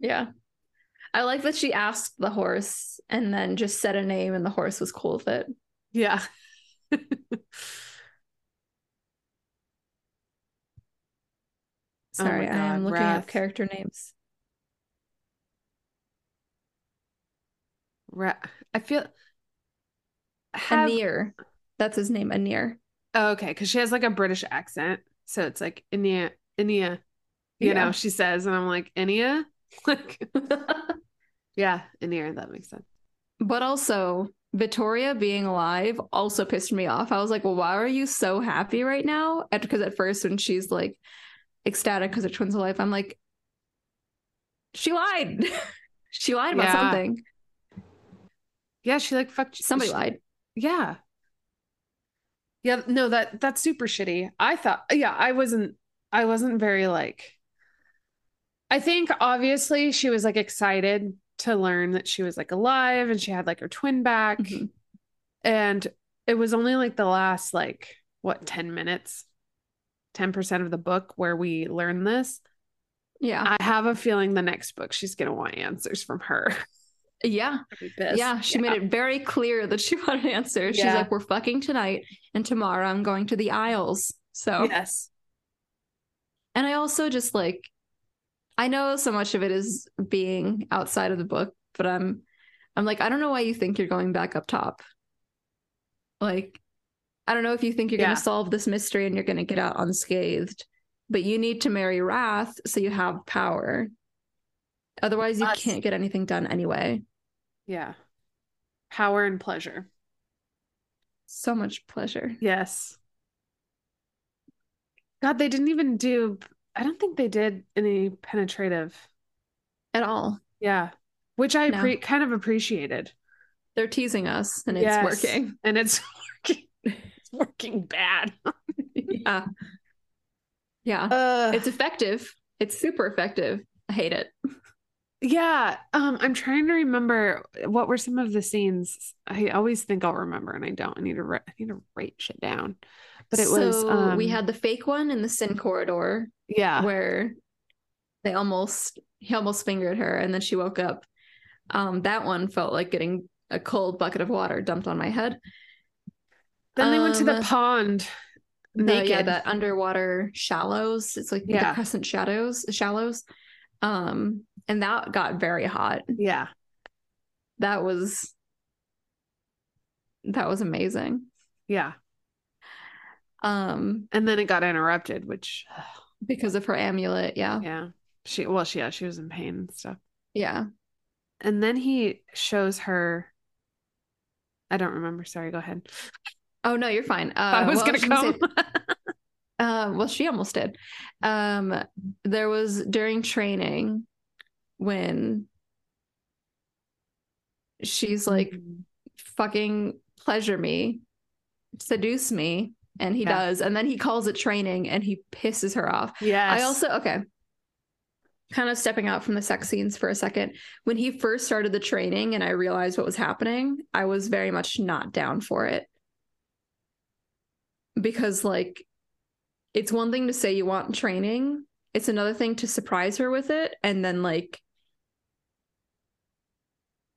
Yeah. I like that she asked the horse and then just said a name and the horse was cool with
Oh
it.
Yeah. *laughs* Oh my
Sorry, I am
God,
looking
Wrath.
up character names.
Ra- I feel have
Anir. That's his name, Anir.
Oh, okay, because she has like a British accent, so it's like Inia, Inia, you
Yeah.
know, she says, and I'm like *laughs* Inia, like yeah, Inia, that makes sense.
but also Vittoria being alive also pissed me off. I was like, well, why are you so happy right now? Because at first, when she's like ecstatic because her twins are alive, I'm like, she lied. *laughs* she lied about
Yeah.
something.
Yeah, she like fucked
Somebody
she-
lied.
Yeah. Yeah, no, that that's super shitty. I thought yeah, I wasn't I wasn't very like I think obviously she was like excited to learn that she was like alive and she had like her twin back
Mhm.
and it was only like the last like what 10 minutes 10% of the book where we learned this.
Yeah.
I have a feeling the next book she's going to want answers from her.
Yeah. Yeah. She made it very clear that she *laughs* wanted answers. She's
Yeah.
like, we're fucking tonight. And tomorrow I'm going to the Isles. So,
Yes.
and I also just like, I know so much of it is being outside of the book, but I'm, I'm like, I don't know why you think you're going back up top. Like, I don't know if you think you're
Yeah.
going to solve this mystery and you're going to get out unscathed, but you need to marry Wrath so you have power. Otherwise, you
Us.
can't get anything done anyway.
Yeah. Power and pleasure.
So much pleasure.
Yes. God, they didn't even do, I don't think they did any penetrative.
At all.
Yeah. Which I
No.
appre- kind of appreciated.
They're teasing us and it's
Yes.
working.
And it's *laughs* working, it's working bad.
Yeah. Yeah.
Uh,
it's effective. It's super effective. I hate it.
yeah. Um, I'm trying to remember what were some of the scenes. I always think I'll remember and I don't. I need to write, I need to write shit down. But it was,
So we
um,
had the fake one in the sin corridor
Yeah.
where they almost he almost fingered her and then she woke up. Um, that one felt like getting a cold bucket of water dumped on my head.
Then they went to the
um,
pond
The- yeah,
naked.
that underwater shallows. It's like
Yeah.
the crescent shadows, shallows. Um, and that got very hot.
yeah.
that was that was amazing
Yeah.
um
And then it got interrupted, which
because of her amulet yeah
Yeah. She well, she yeah, she was in pain and stuff.
yeah
And then he shows her I don't remember. Sorry, go ahead.
oh no you're fine uh,
I was
well,
gonna
she didn't say-
come.
uh, well she almost did um there was during training when she's like
Mm-hmm.
fucking pleasure me seduce me and he
Yeah.
does and then he calls it training and he pisses her off
Yes.
I also okay. Kind of stepping out from the sex scenes for a second. When he first started the training and I realized what was happening, I was very much not down for it. Because like it's one thing to say you want training, it's another thing to surprise her with it and then like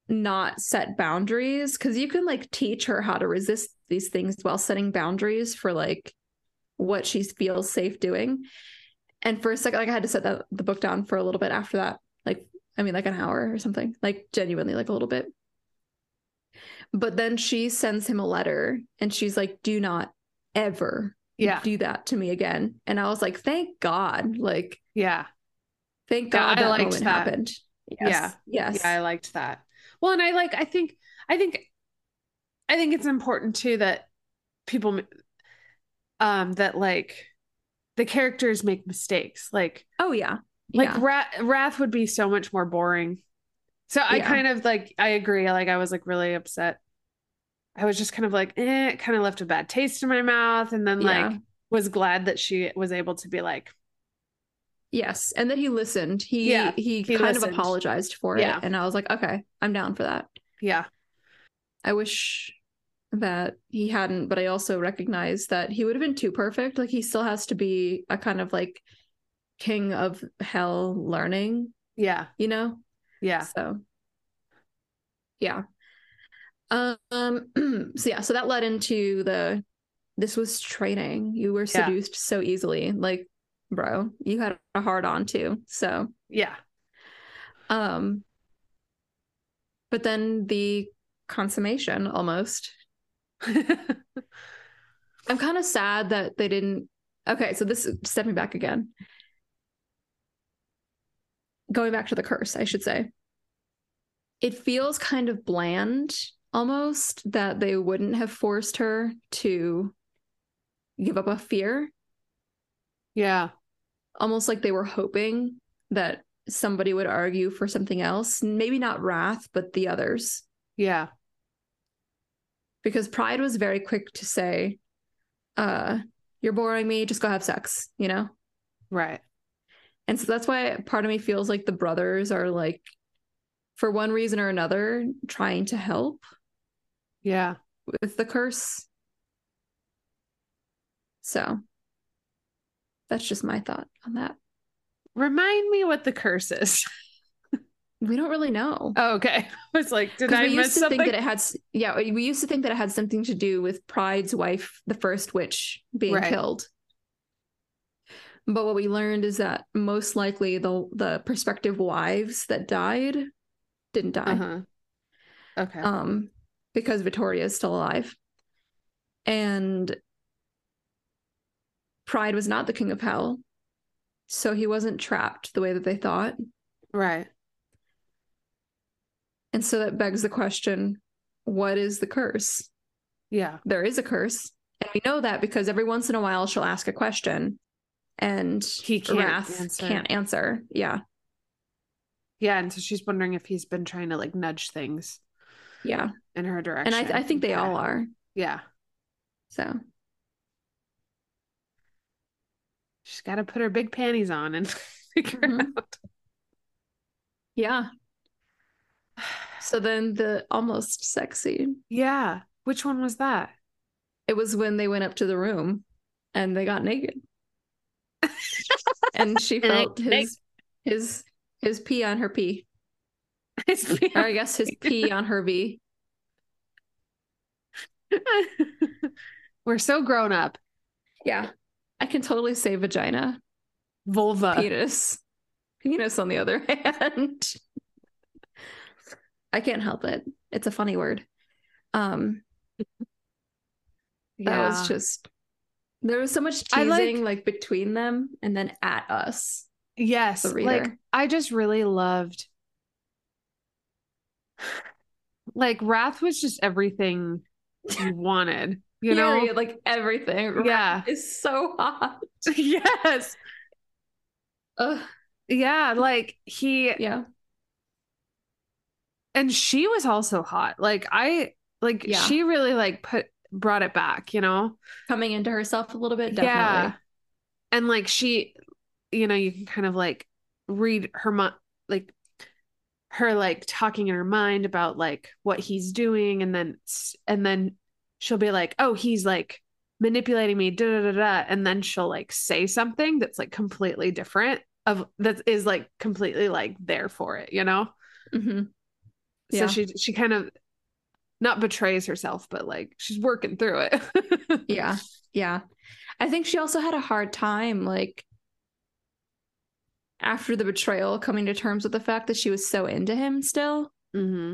not set boundaries cuz you can like teach her how to resist these things while setting boundaries for like what she feels safe doing. And for a second, like I had to set that, the book down for a little bit after that. Like, I mean, like an hour or something, like genuinely, like a little bit. But then she sends him a letter and she's like, do not ever
Yeah.
do that to me again. And I was like, thank God. Like,
Yeah.
thank
Yeah, I
God that
liked
moment
that.
happened. Yes. Yeah. Yes.
Yeah, I liked that. Well, and I like I think I think I think it's important too that people um that like the characters make mistakes. Like
oh, yeah.
like
yeah.
Ra- wrath would be so much more boring so i
Yeah.
kind of like i agree like i was like really upset i was just kind of like eh, it kind of left a bad taste in my mouth and then like
Yeah.
was glad that she was able to be like
Yes. And then he listened. He,
Yeah,
he,
he
kind
listened.
of apologized for
Yeah.
it. And I was like, okay, I'm down for that.
yeah
I wish that he hadn't, but I also recognize that he would have been too perfect. Like he still has to be a kind of like king of hell learning,
yeah
you know?
yeah
So yeah. Um *clears throat* so yeah, so that led into the this was training. You were
Yeah.
seduced so easily. Like, bro, you had a hard on too. So
yeah *laughs*
um, but then the consummation almost. I'm kind of sad that they didn't. Okay, so this is stepping back again. Going back to the curse, I should say. It feels kind of bland almost that they wouldn't have forced her to give up a fear,
Yeah.
almost like they were hoping that somebody would argue for something else. Maybe not Wrath, but the others.
Yeah.
Because Pride was very quick to say, uh, you're boring me, just go have sex, you know?
Right.
And so that's why part of me feels like the brothers are like, for one reason or another, trying to help
Yeah.
with the curse. So that's just my thought on that.
Remind me what the curse is. *laughs*
We don't really know.
Oh, okay. *laughs* I was like, did
Because
I
we used
miss
to
something?
think that it had, s- yeah, we used to think that it had something to do with Pride's wife, the first witch, being
Right.
killed. But what we learned is that most likely the the prospective wives that died didn't die.
uh-huh. Okay.
um, because Vittoria is still alive. And Pride was not the king of hell. So he wasn't trapped the way that they thought.
right.
And so that begs the question what is the curse?
Yeah.
There is a curse. And we know that because every once in a while she'll ask a question and
He can't
Wrath
answer.
can't answer. Yeah.
Yeah. And so she's wondering if he's been trying to like nudge things
Yeah.
in her direction.
And I, I think they
Okay.
all are.
Yeah.
So
She's got to put her big panties on and *laughs* figure
Mhm.
out.
yeah. So then the almost sex scene.
Yeah. Which one was
*laughs*
that? *laughs*
It was when they went up to the room and they got naked. and
*laughs*
she
they
felt
got
his his his pee on her pee.
*laughs* It's
Or I guess his pee on her V.
We're so grown up.
Yeah. I can totally say vagina,
Vulva.
penis. Penis on the other *laughs* hand. I can't help it. It's a funny word. Um that
yeah.
was just there was so much
I like-
teasing like between them and then at us.
yes.
the
Like
reader.
I just really loved. Like Wrath was just everything you wanted. You know.
Period, like everything.
Yeah. *laughs*
It's so hot.
yes.
Ugh.
Yeah. Like he
Yeah.
and she was also hot. Like I like
Yeah.
she really like put brought it back. You know.
Coming into herself a little bit, definitely.
And like she, you know, you can kind of like read her mi- like her like talking in her mind about like what he's doing and then s- and then she'll be like, "Oh, he's like manipulating me." Da da da da. And then she'll like say something that's like completely different of that is like completely like there for it, you know?
hmm
So
Yeah.
she she kind of not betrays herself, but like she's working through it. *laughs*
Yeah. Yeah. I think she also had a hard time, like, after the betrayal, coming to terms with the fact that she was so into him still.
mm-hmm.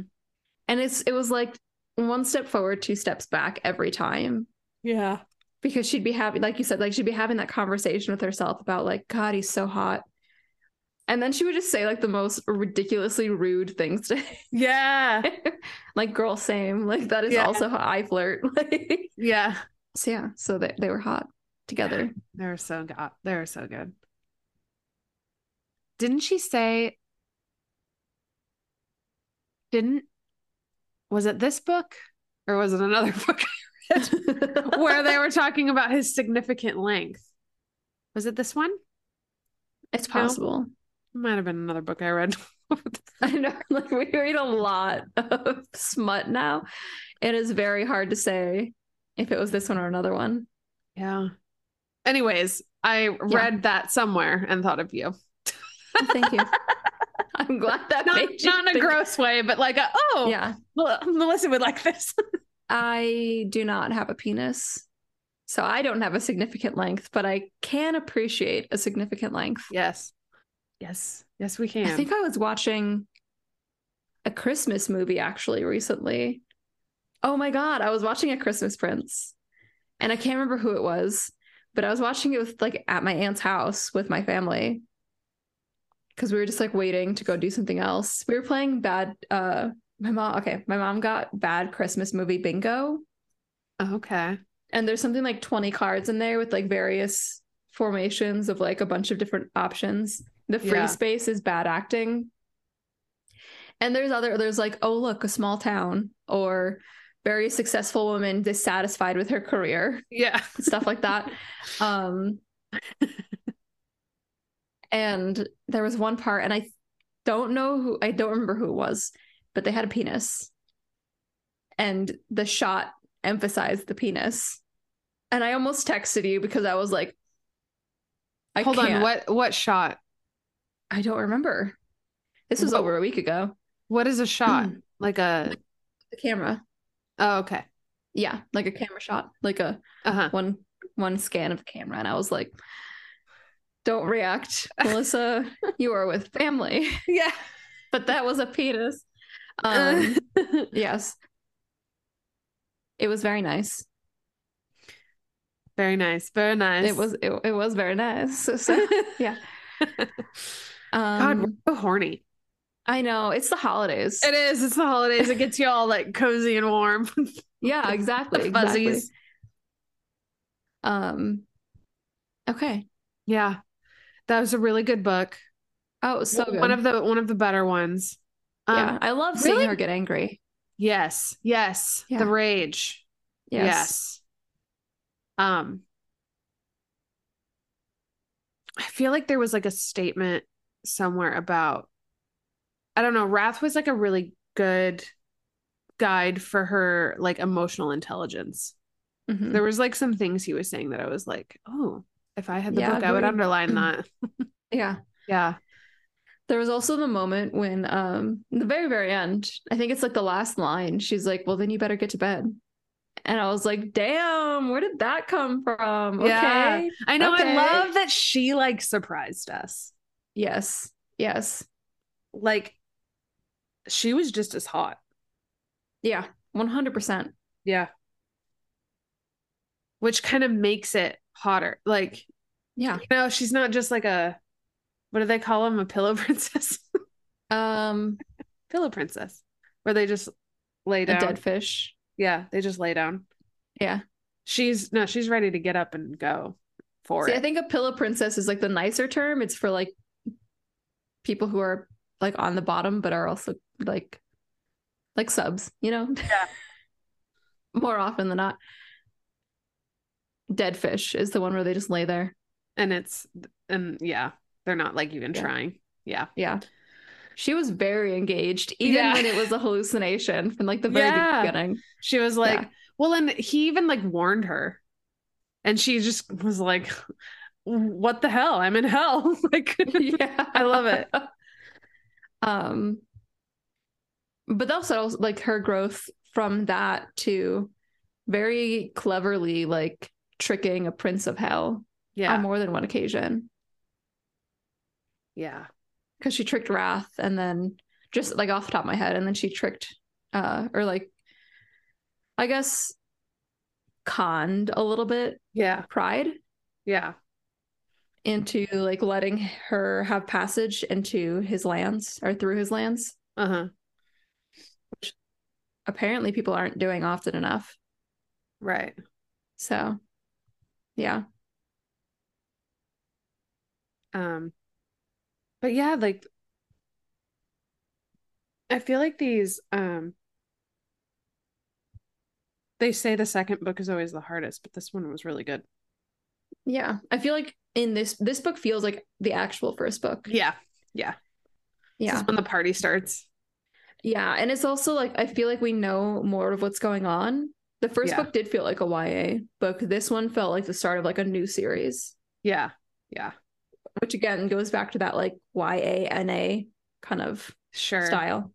And it's it was like one step forward, two steps back every time.
Yeah.
Because she'd be having, like you said, like she'd be having that conversation with herself about like, God, he's so hot. And then she would just say like the most ridiculously rude things to
Yeah.
*laughs* like girl same like that is
Yeah.
also how i flirt *laughs* like
Yeah.
so yeah so they, they were hot *laughs* together
They were so good. They were so good. Didn't she say? Didn't was it this book or was it another *laughs* book where they were talking about his significant length? Was it this one?
it's possible
It might have been another book I read.
*laughs*
*laughs*
i know like we read a lot of smut now it is very hard to say if it was this one or another one
yeah. Anyways, I read that somewhere and thought of you.
Oh, thank you *laughs* i'm glad that
Not,
made you
not in a
think-
gross way, but like, a, oh, yeah.
yeah
Melissa would like this. *laughs*
i do not have a penis so i don't have a significant length but i can appreciate a significant length
Yes. Yes. Yes, we can.
I think I was watching a Christmas movie actually recently. Oh my god, I was watching a Christmas Prince. And I can't remember who it was, but I was watching it with like at my aunt's house with my family. Cuz we were just like waiting to go do something else. We were playing bad uh my mom okay my mom got bad christmas movie bingo
Okay.
and there's something like 20 cards in there with like various formations of like a bunch of different options the free
Yeah.
space is bad acting and there's other there's like oh look a small town or very successful woman dissatisfied with her career
Yeah.
stuff like that. Um, and there was one part, and I don't know who, I don't remember who it was, but they had a penis, and the shot emphasized the penis, and I almost texted you because I was like, I
Hold
can't.
on. What what shot?
I don't remember. This was
What-
over a week ago.
What is a shot? Like a
The camera,
Oh, okay.
yeah, like a camera shot, like a
Uh-huh.
one one scan of the camera and i was like don't react *laughs* melissa you are with family
*laughs* Yeah.
but that was a penis
*laughs*
um, yes it was very nice
very nice. Very nice.
it was it, it was very nice *laughs* so,
*laughs*
so, yeah
God,
um,
we're so horny.
i know it's the holidays
It is. It's the holidays. It gets you all like cozy and warm.
yeah exactly
the fuzzies.
exactly. um okay
Yeah. That was a really good book.
oh it was so good
One of the one of the better ones. Um,
yeah i love seeing
really-
her get angry
Yes. Yes.
Yeah.
The rage. Yes. Um I feel like there was like a statement somewhere about I don't know, Wrath was like a really good guide for her like emotional intelligence.
yes. Mhm.
There was like some things he was saying that I was like, "Oh, if I had the
Yeah,
book, I would
agreed. *clears throat*
underline that."
yeah
Yeah.
There was also the moment when, um, the very, very end, I think it's like the last line, she's like, Well, then you better get to bed. And I was like, Damn, where did that come from?
Yeah.
Okay.
I know
Okay.
I love that she like surprised us.
Yes. Yes.
Like she was just as hot.
Yeah. 100%.
Yeah. Which kind of makes it hotter. Like,
Yeah.
you know, she's not just like a, what do they call them? A pillow *laughs* princess?
Um,
pillow princess, where they just lay
a
down.
dead fish.
Yeah. They just lay down.
Yeah.
She's, no, she's ready to get up and go for
See,
it.
I think a pillow princess is like the nicer term. It's for like people who are like on the bottom, but are also like, like subs, you know? *laughs*
Yeah.
More often than not. Dead fish is the one where they just lay there.
and it's, and yeah, they're not like even
Yeah.
trying. Yeah.
Yeah. She was very engaged, even
Yeah.
when it was a hallucination from like the very
Yeah.
beginning. *laughs*
She was like,
Yeah.
well, and he even like warned her. And she just was like, what the hell? I'm in hell. *laughs* like,
yeah.
I love it.
Um but also like her growth from that to very cleverly like tricking a prince of hell
Yeah.
on more than one occasion.
yeah.
Because she tricked Wrath and then just like off the top of my head, and then she tricked uh or like I guess conned a little bit
Yeah.
pride
Yeah.
into like letting her have passage into his lands or through his lands.
Uh huh.
Apparently, people aren't doing often enough.
Right.
So, yeah,
Um, but yeah, like, I feel like these, um, they say the second book is always the hardest, but this one was really good.
yeah. I feel like in this this book feels like the actual first book.
Yeah. This
Yeah,
is when the party starts.
yeah. And it's also like I feel like we know more of what's going on. The first
Yeah.
book did feel like a YA book. This one felt like the start of like a new series,
Yeah. Yeah.
which again goes back to that like YA NA kind of
Sure.
style.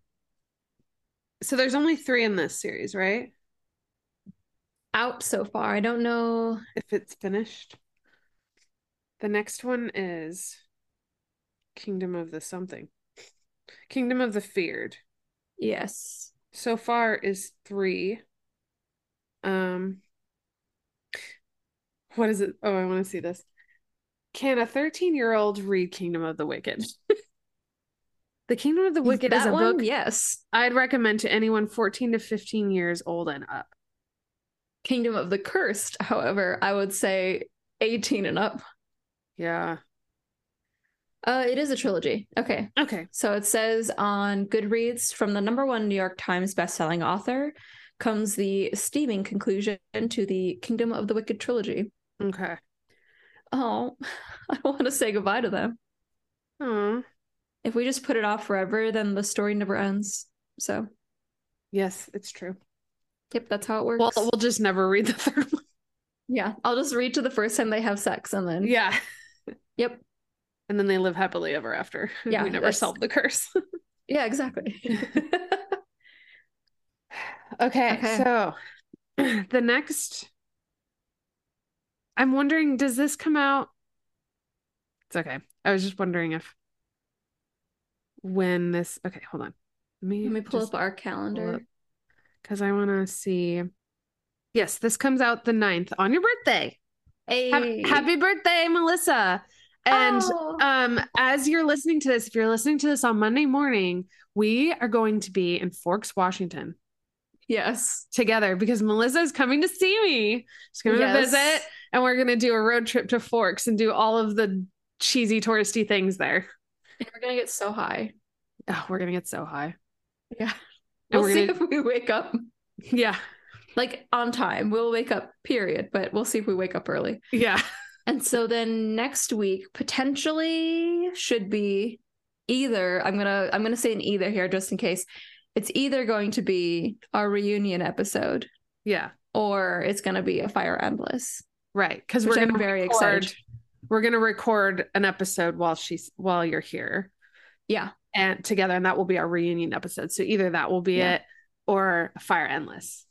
So there's only three in this series, right?
Out so far. I don't know.
If it's finished. The next one is Kingdom of the something. Kingdom of the Feared.
Yes.
so far is three. Um, what is it? Oh, I want to see this. Can a 13 year old read Kingdom of the Wicked? *laughs* The Kingdom of the Wicked is
that
a
one,
book
yes.
I'd recommend to anyone 14 to 15 years old and up.
Kingdom of the Cursed, however, I would say 18 and up.
Yeah.
Uh, it is a trilogy. Okay.
Okay.
So it says on Goodreads from the number one New York Times bestselling author comes the steaming conclusion to the Kingdom of the Wicked trilogy.
Okay.
Oh, *laughs* I don't want to say goodbye to them.
Aw.
If we just put it off forever, then the story never ends. So,
Yes, it's true.
yep, that's how it works.
Well, we'll just never read the
*laughs*
third one.
yeah, I'll just read to the first time they have sex and then,
Yeah.
yep.
And then they live happily ever after. *laughs*
Yeah,
we never
that's-
solved the curse.
Yeah, exactly. *laughs*
Okay,
Okay.
so *clears throat* the next I'm wondering, does this come out? It's okay. I was just wondering if when this okay, hold on. Let me
Let me pull up our calendar.
because I wanna see. Yes, this comes out the 9th on your birthday.
Hey.
Hap- Happy birthday, Melissa. And
Oh.
um, as you're listening to this, if you're listening to this on Monday morning, we are going to be in Forks, Washington
yes.
together because Melissa is coming to see me. She's coming to
Yes.
visit, and we're going to do a road trip to Forks and do all of the cheesy touristy things there.
And we're going to get so high.
Oh, we're going to get so high.
Yeah. We'll
And we're
see
gonna-
if we wake up
Yeah.
like on time. We'll wake up, period, but we'll see if we wake up early.
Yeah.
And so then next week potentially should be either I'm going to I'm going to say an either here just in case. It's either going to be our reunion episode
Yeah.
or it's going to be a fire endless.
Right. Because
Which
we're
I'm
going to
very
record.
excited.
We're going to record an episode while she's while you're here.
Yeah.
And together, and that will be our reunion episode. So either that will be
Yeah.
it or Fire Endless.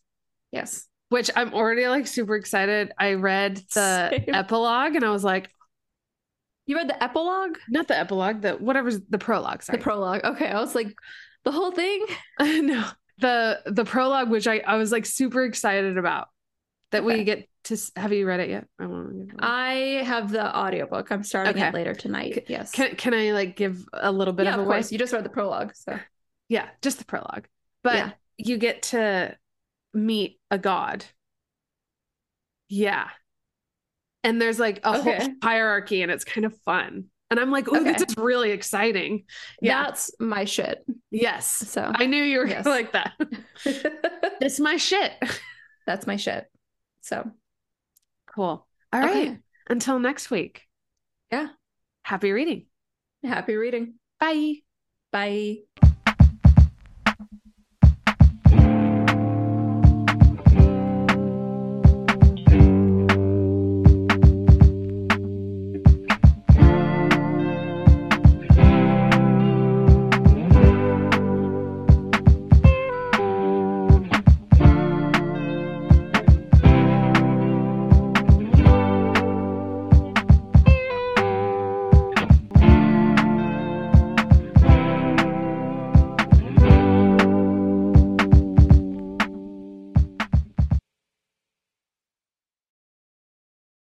Yes.
Which I'm already like super excited. I read
*laughs*
the
Same.
epilogue and I was like,
You read the epilogue?
not the epilogue, the whatever's the prologue. Sorry, Mm-hmm.
The prologue. Okay, I was like the whole thing?
*laughs* no, the the prologue, which I I was like super excited about that we
Okay. Uh,
get to. s- Have you read it yet? I want to.
I have the audiobook. I'm starting
Okay.
it later tonight. Yes.
Can can I like give a little bit
yeah,
of
of,
a
course.
voice?
You just read the prologue, so
Yeah, just the prologue, but
Yeah.
you get to meet a god. Yeah, and there's like a whole
Okay.
hierarchy, and it's kind of fun. And I'm like, oh, this
Okay.
is really exciting. Yeah.
that's my shit.
yes.
So
I knew you were
Yes.
like that. this is my *laughs* shit.
*laughs* that's my shit. So
Cool. All right.
okay.
Until next week.
Yeah.
Happy reading.
Happy reading.
Bye.
Bye.